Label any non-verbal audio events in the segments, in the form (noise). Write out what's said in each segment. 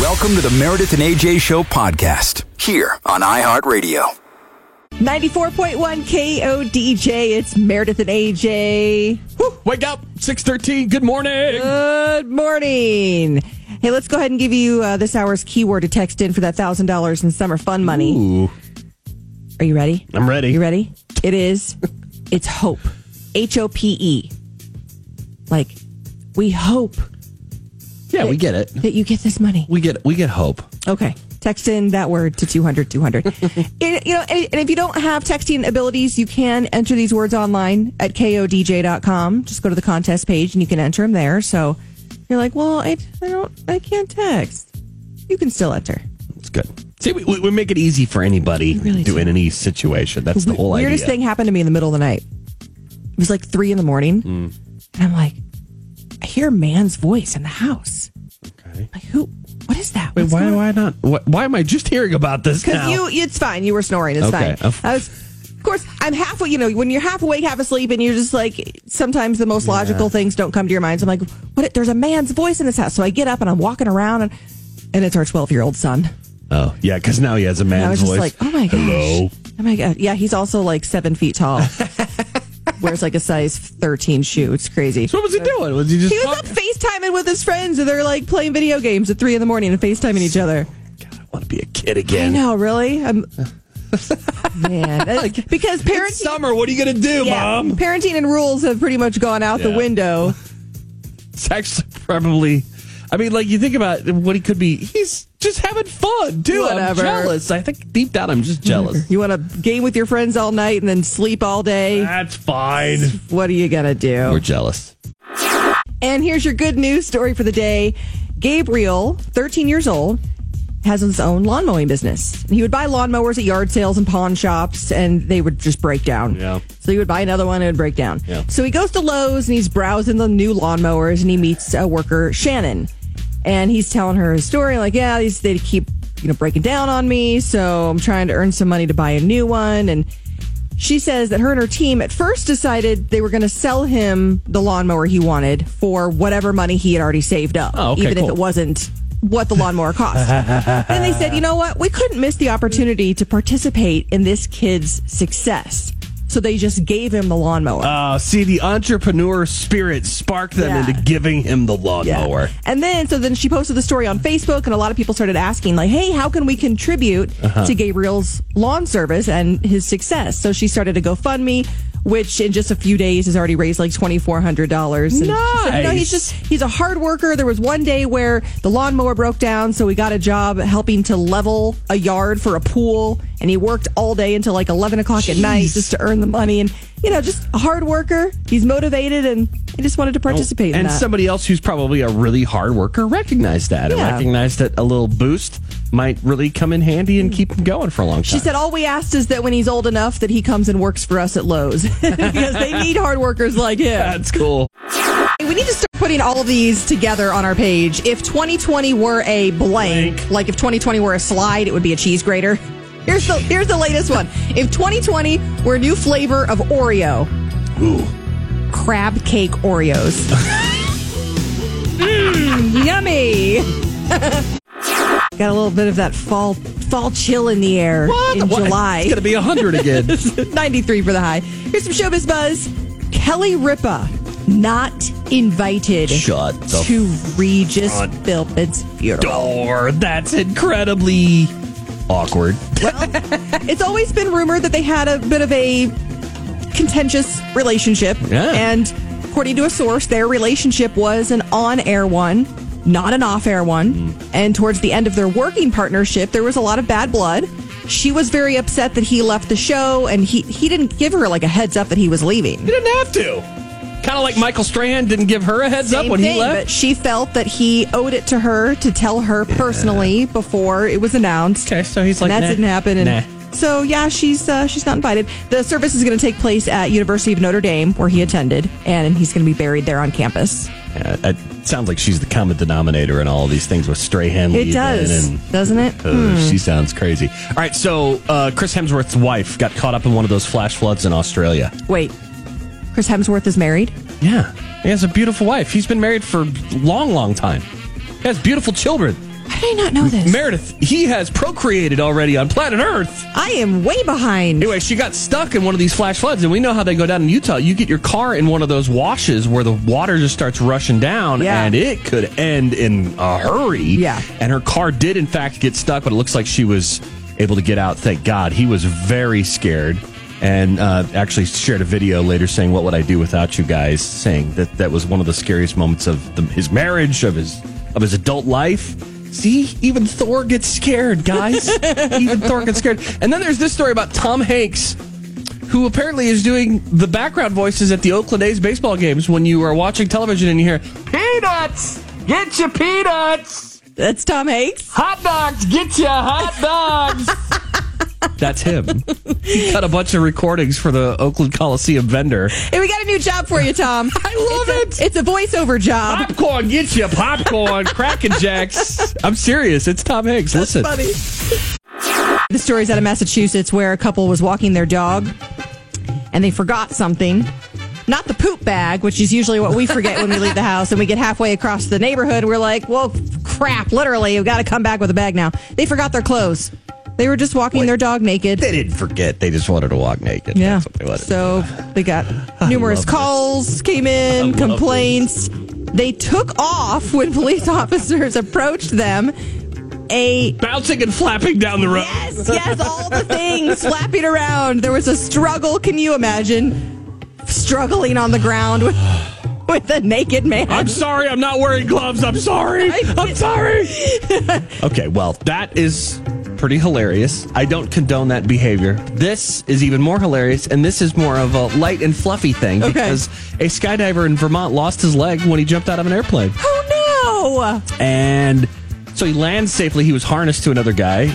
Welcome to the Meredith and AJ Show podcast here on iHeartRadio. 94.1 KODJ. It's Meredith and AJ. Whew, wake up, 6.13. Good morning. Good morning. Hey, let's go ahead and give you uh, this hour's keyword to text in for that $1,000 in summer fun money. Ooh, Are you ready? I'm ready. You ready? It (laughs) is, it's hope. H O P E. Like, we hope Yeah, we get it. that you get this money. We get we get hope. Okay. Text in that word to 200 (laughs) 200. It- you know, and, and if you don't have texting abilities, you can enter these words online at kodj.com. Just go to the contest page and you can enter them there. So you're like, well, I, I don't, I can't text. You can still enter. It's good. See, we, we, we make it easy for anybody really to do. in any situation. That's the whole weirdest idea. thing happened to me in the middle of the night. It was like three in the morning, Hmm. and I'm like, I hear a man's voice in the house. Okay. Like, who? What is that? Wait, What's why going why not? Why, why am I just hearing about this now? Because you, it's fine. You were snoring. It's Okay. Oh. fine. I was, of course, I'm half. You know, when you're half awake, half asleep, and you're just like, sometimes the most logical things don't come to your mind. So I'm like, what? There's a man's voice in this house. So I get up and I'm walking around, and and it's our 12 year old son. oh, yeah, because now he has a man's And I was just voice. like, oh my gosh. Hello. Oh my god. Yeah, he's also like seven feet (laughs) tall. Wears like a size 13 shoe. It's crazy. So what was he doing? Was he just He was up talking? FaceTiming with his friends, and they're like playing video games at three in the morning and FaceTiming each other. God, I want to be a kid I again. know, really? I'm, (laughs) man. because It's parenting, summer. What are you going to do, yeah, Mom? parenting and rules have pretty much gone out the Yeah. window. It's actually probably. I mean, like you think about what he could be. He's just having fun, too. Whatever. I'm jealous. I think deep down, I'm just jealous. You want to game with your friends all night and then sleep all day? That's fine. What are you going to do? We're jealous. And here's your good news story for the day Gabriel, 13 years old, has his own lawn mowing business. He would buy lawnmowers at yard sales and pawn shops, and they would just break down. Yeah. So he would buy another one and it would break down. Yeah. So he goes to Lowe's and he's browsing the new lawnmowers and he meets a worker, Shannon. And he's telling her his story, like, yeah, these they keep you know breaking down on me, so I'm trying to earn some money to buy a new one. And she says that her and her team at first decided they were gonna sell him the lawnmower he wanted for whatever money he had already saved up. Oh, okay, even cool. if it wasn't what the lawnmower (laughs) cost. then they said, you know what? We couldn't miss the opportunity to participate in this kid's success. So they just gave him the lawnmower. Uh, see, the entrepreneur spirit sparked them Yeah. into giving him the lawnmower. And then, so then she posted the story on Facebook, and a lot of people started asking, like, hey, how can we contribute Uh-huh. to Gabriel's lawn service and his success? So she started a GoFundMe. Which in just a few days has already raised like twenty four hundred dollars. no, Nice. he's just he's a hard worker. There was one day where the lawnmower broke down, so he got a job helping to level a yard for a pool, and he worked all day until like eleven o'clock at night Jeez. just to earn the money. And you know, just a hard worker. He's motivated, and he just wanted to participate. in Oh, And that. somebody else who's probably a really hard worker recognized that and Yeah. recognized that a little boost might really come in handy and keep him going for a long time. She said, "All we asked is that when he's old enough, that he comes and works for us at Lowe's (laughs) because they need hard workers like him." That's cool. We need to start putting all of these together on our page. If 2020 were a blank, Blank. like if 2020 were a slide, it would be a cheese grater. (laughs) Here's the here's the latest one. If 2020 were a new flavor of Oreo, crab cake Oreos. (laughs) Mm, yummy. (laughs) Got a little bit of that fall fall chill in the air What? in What? July. It's going to be (laughs) 100 again. 93 for the high. Here's some showbiz buzz. Kelly Ripa not invited Shut the to Regis front Philbin's funeral. Door. That's incredibly awkward. It's always been rumored that they had a bit of a contentious relationship, Yeah. and according to a source, their relationship was an on-air one, not an off-air one. Mm. And towards the end of their working partnership, there was a lot of bad blood. She was very upset that he left the show, and he he didn't give her like a heads up that he was leaving. You didn't have to. Kind of like Michael Strand didn't give her a heads up Same when thing, he But left. she felt that he owed it to her to tell her personally before it was announced. Okay, so he's like, and that nah, didn't happen. And nah. so yeah, she's uh, she's not invited. The service is going to take place at University of Notre Dame, where he attended, and he's going to be buried there on campus. Yeah, Uh, it sounds like she's the common denominator in all of these things with Strahan. It leaving does, Hmm. and- doesn't it? Uh, She sounds crazy. All right, so uh, Chris Hemsworth's wife got caught up in one of those flash floods in Australia. Wait, Chris Hemsworth is married. Yeah, he has a beautiful wife. He's been married for a long, long time. He has beautiful children. How did I not know this? Meredith, he has procreated already on planet Earth. I am way behind. Anyway, she got stuck in one of these flash floods, and we know how they go down in Utah. You get your car in one of those washes where the water just starts rushing down, Yeah. and it could end in a hurry. Yeah. And her car did, in fact, get stuck, but it looks like she was able to get out. Thank God. He was very scared and uh, actually shared a video later saying, What would I do without you guys? saying that that was one of the scariest moments of the, his marriage, of his, of his adult life. See, even Thor gets scared, guys. even Thor gets scared. And then there's this story about Tom Hanks, who apparently is doing the background voices at the Oakland A's baseball games when you are watching television and you hear, Peanuts! Get your peanuts! That's Tom Hanks. Hot dogs! Get your hot dogs! That's him. (laughs) He got a bunch of recordings for the Oakland Coliseum vendor. Hey, we got a new job for you, Tom. (laughs) I love It's a- It's a voiceover job. Popcorn, get your (laughs) popcorn, Crackin' Jacks. I'm serious. It's Tom Hanks. Listen. Funny. The story's out of Massachusetts where a couple was walking their dog and they forgot something. Not the poop bag, which is usually what we forget when we leave the house and we get halfway across the neighborhood. We're like, well, crap, literally, we've got to come back with a bag now. They forgot their clothes. They were just walking their dog naked. They didn't forget. They just wanted to walk naked. Yeah. That's what they wanted. So they got numerous love this. calls, came I in, love complaints. They took off when police (laughs) officers approached them. A bouncing and flapping down the road. yes, yes, all the things flapping around. There was a struggle. Can you imagine struggling on the ground with, (sighs) with a naked man? I'm sorry, I'm not wearing gloves. I'm sorry. I- (laughs) I'm sorry. okay, well, that is pretty hilarious. I don't condone that behavior. This is even more hilarious, and this is more of a light and fluffy thing Okay. because a skydiver in Vermont lost his leg when he jumped out of an airplane. oh no! And so he lands safely. He was harnessed to another guy.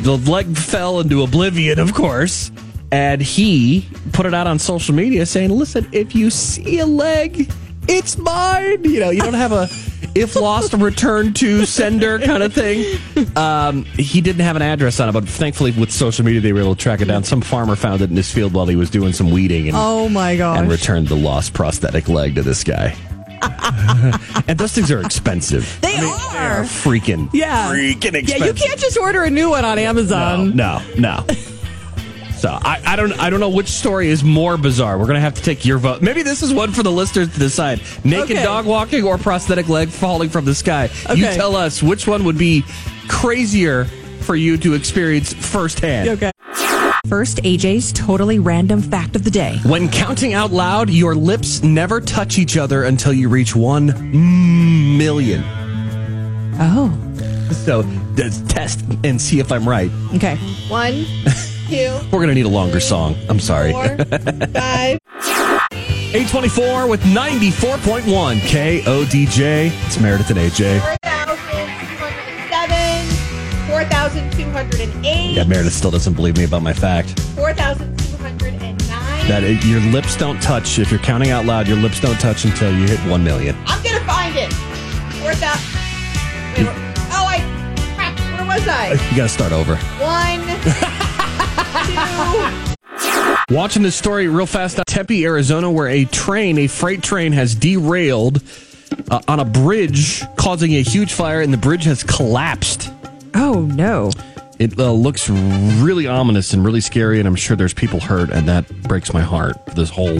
The leg fell into oblivion, of course. And he put it out on social media saying, listen, if you see a leg, it's mine. You know, you don't (laughs) have a if lost, return to sender kind of thing. Um, he didn't have an address on it, but thankfully with social media, they were able to track it down. Some farmer found it in his field while he was doing some weeding. And Oh my and gosh! returned the lost prosthetic leg to this guy. (laughs) and those things are expensive. They They are. are freaking, Yeah. freaking expensive. Yeah, you can't Um, just order a new one on No, Amazon. no, no. So I, I don't I don't know which story is more bizarre. We're gonna have to take your vote. Maybe this is one for the listeners to decide: naked Okay. dog walking or prosthetic leg falling from the sky. You Okay. tell us which one would be crazier for you to experience firsthand. Okay. First, AJ's totally random fact of the day. When counting out loud, your lips never touch each other until you reach one million. Oh. So let's test and see if I'm right. Okay. One, two, We're gonna need a longer song. I'm sorry. five. 824 with 94.1 KODJ. It's Meredith and AJ. 4,207, 4,208, Yeah, Meredith still doesn't believe me about my fact 4,209. that it, your lips don't touch if you're counting out loud. Your lips don't touch until you hit one million. I'm going to find it. 4,000. Wait, where- oh, I. Crap, where was I? You gotta start over. One. two. Watching this story real fast out Tempe, Arizona, where a train, a freight train, has derailed uh, on a bridge, causing a huge fire, and the bridge has collapsed. Oh no. It uh, looks really ominous and really scary, and I'm sure there's people hurt, and that breaks my heart. This whole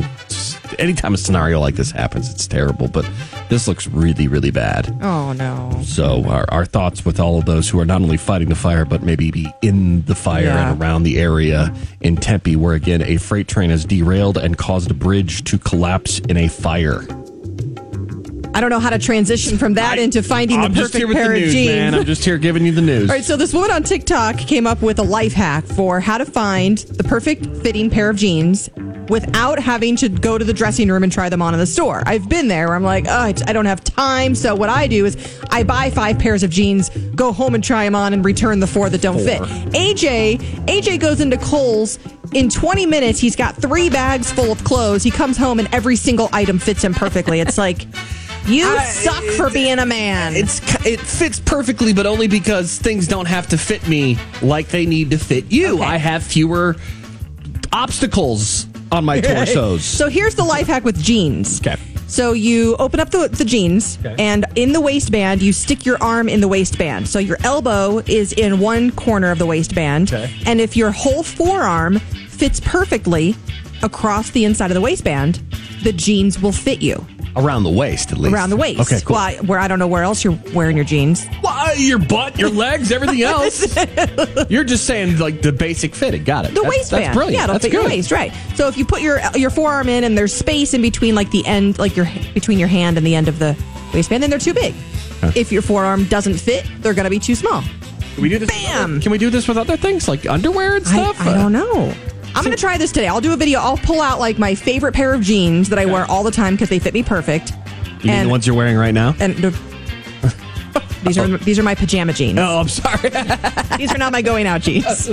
anytime a scenario like this happens, it's terrible. But this looks really, really bad. Oh no. So our, our thoughts with all of those who are not only fighting the fire, but maybe be in the fire Yeah. and around the area in Tempe, where again a freight train has derailed and caused a bridge to collapse in a fire. I don't know how to transition from that I- into finding I'm the just perfect here with pair the of news, jeans. man. I'm just here giving (laughs) you the news. All right, so this woman on TikTok came up with a life hack for how to find the perfect fitting pair of jeans without having to go to the dressing room and try them on in the store. I've been there where I'm like, oh, I I don't have time. So what I do is I buy five pairs of jeans, go home and try them on, and return the four that don't fit. AJ, AJ goes into Kohl's. In 20 minutes, he's got three bags full of clothes. He comes home and every single item fits him perfectly. It's like, (laughs) you suck for being a man. it's ki- it fits perfectly, but only because things don't have to fit me like they need to fit you. Okay. I have fewer obstacles on my torsos. (laughs) So here's the life hack with jeans. Okay. So you open up the, the jeans, and in the waistband, you stick your arm in the waistband. So your elbow is in one corner of the waistband. Okay. And if your whole forearm fits perfectly across the inside of the waistband, the jeans will fit you Around the waist, at least. around the waist. Okay, cool. Well, I- where I don't know where else you're wearing your jeans. Why, your butt, your legs, (laughs) everything else. You're just saying like the basic fitting. Got it. The That's- waistband. That's brilliant. Yeah, it'll that's fit good. your waist, right? So if you put your your forearm in and there's space in between like the end like your between your hand and the end of the waistband, then they're too big. If your forearm doesn't fit, they're going to be too small. Can we do this? with Bam! other- Can we do this with other things like underwear and I, stuff? I don't know. I'm going to try this today. I'll do a video. I'll pull out like my favorite pair of jeans that I wear all the time because they fit me perfect. You mean the ones you're wearing right now? and the- (laughs) these are these are my pajama jeans. Oh, I'm sorry. (laughs) These are not my going out jeans.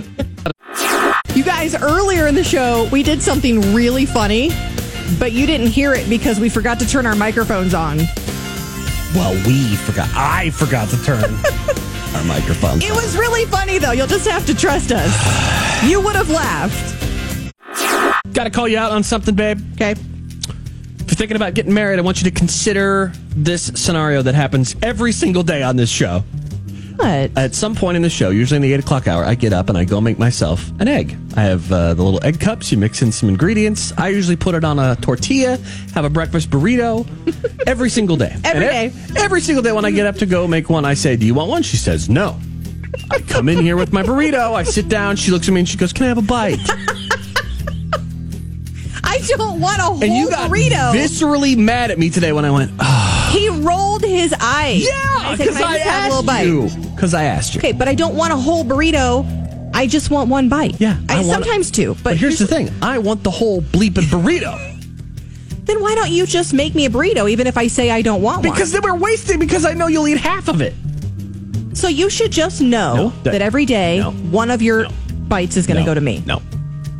you guys, earlier in the show, we did something really funny, but you didn't hear it because we forgot to turn our microphones on. well, we forgot. I forgot to (laughs) turn our microphone. It was really funny, though. You'll just have to trust us. You would have laughed. Got to call you out on something, babe. Okay. If you're thinking about getting married, I want you to consider this scenario that happens every single day on this show. What? At some point in the show, usually in the eight o'clock hour, I get up and I go make myself an egg. I have uh, the little egg cups. You mix in some ingredients. I usually put it on a tortilla. Have a (laughs) breakfast burrito every single day. Every And day. ev- Every single day when I get up to go make one, I say, "Do you want one?" She says, "No." I come in here with my burrito. I sit down. She looks at me and she goes, "Can I have a bite?" I don't want a whole And you got burrito. viscerally mad at me today when I went, "Ah, he rolled his eyes. "Yeah," said, because "Can I, just have a little asked bite?" you. Because I asked you. Okay, but I don't want a whole burrito. I just want one bite. Yeah, I, I want- sometimes two, but, But here's the usually- thing: I want the whole bleeping burrito. Then why don't you just make me a burrito, even if I say I don't want one? Because then we're wasting because I know you'll eat half of it. So you should just know No, that, that- every day no, one of your no, bites is going to go to me. No.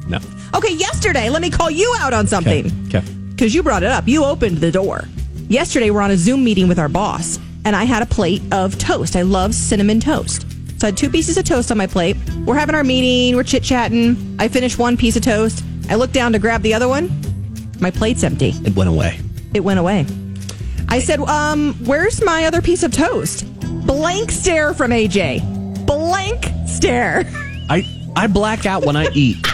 No. Okay, yesterday, let me call you out on something. Okay. Because you brought it up. You opened the door. Yesterday, we're on a Zoom meeting with our boss, and I had a plate of toast. I love cinnamon toast. So I had two pieces of toast on my plate. We're having our meeting, we're chit chatting. I finish one piece of toast. I look down to grab the other one. My plate's empty. It went away. It went away. I said, um, where's my other piece of toast? Blank stare from AJ. Blank stare. (laughs) I I black out when I eat.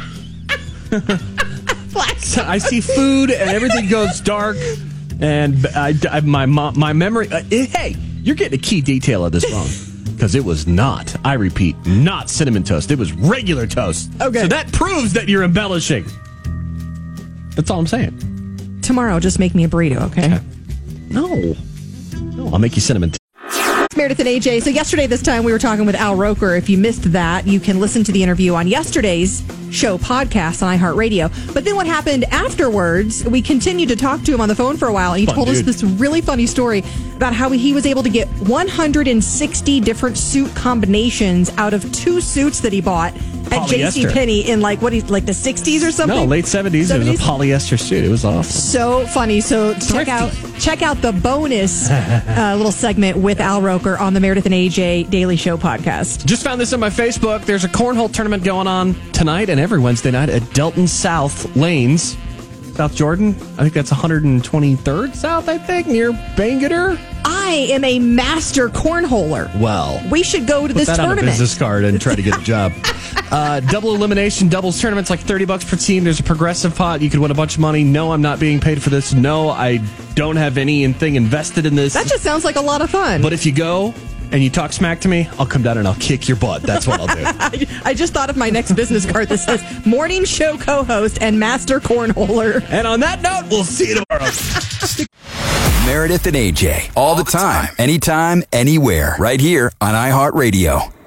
Black So I see food and everything goes dark, and I, I- my mo- my memory. Uh, eh, hey, you're getting a key detail (laughs) of this wrong. Because it was not, I repeat, not cinnamon toast. It was regular toast. Okay. So that proves that you're embellishing. That's all I'm saying. Tomorrow, just make me a burrito, okay? No. No, I'll make you cinnamon. T- Meredith and AJ. So yesterday, this time we were talking with Al Roker. If you missed that, you can listen to the interview on yesterday's show podcast on iHeartRadio. But then what happened afterwards? We continued to talk to him on the phone for a while, and he Fun told us dude. this really funny story about how he was able to get 160 different suit combinations out of two suits that he bought at Polyester. JCPenney in like what he like the 60s or something. No, late 70s. It was a 70s? polyester suit. It was awesome. so funny. So check Thrifty. out check out the (laughs) bonus uh, little segment with Al Roker on the Meredith and AJ Daily Show podcast. Just found this on my Facebook. There's a cornhole tournament going on tonight and every Wednesday night at Delton South Lanes, South Jordan. I think that's 123rd South, I think, near Bangor. I am a master cornholer. Well, We should go to put this that on a tournament. business card and try to get a (laughs) job. Uh, double elimination doubles tournaments like 30 bucks per team. There's a progressive pot. You could win a bunch of money. No, I'm not being paid for this. No, I don't have anything invested in this. That just sounds like a lot of fun. But if you go and you talk smack to me, I'll come down and I'll kick your butt. That's what I'll do. (laughs) I, I just thought of my next business card that says morning show co-host and master cornholer. and on that note, we'll see you tomorrow. Meredith and AJ, all the time, anytime, anywhere, right here on iHeartRadio.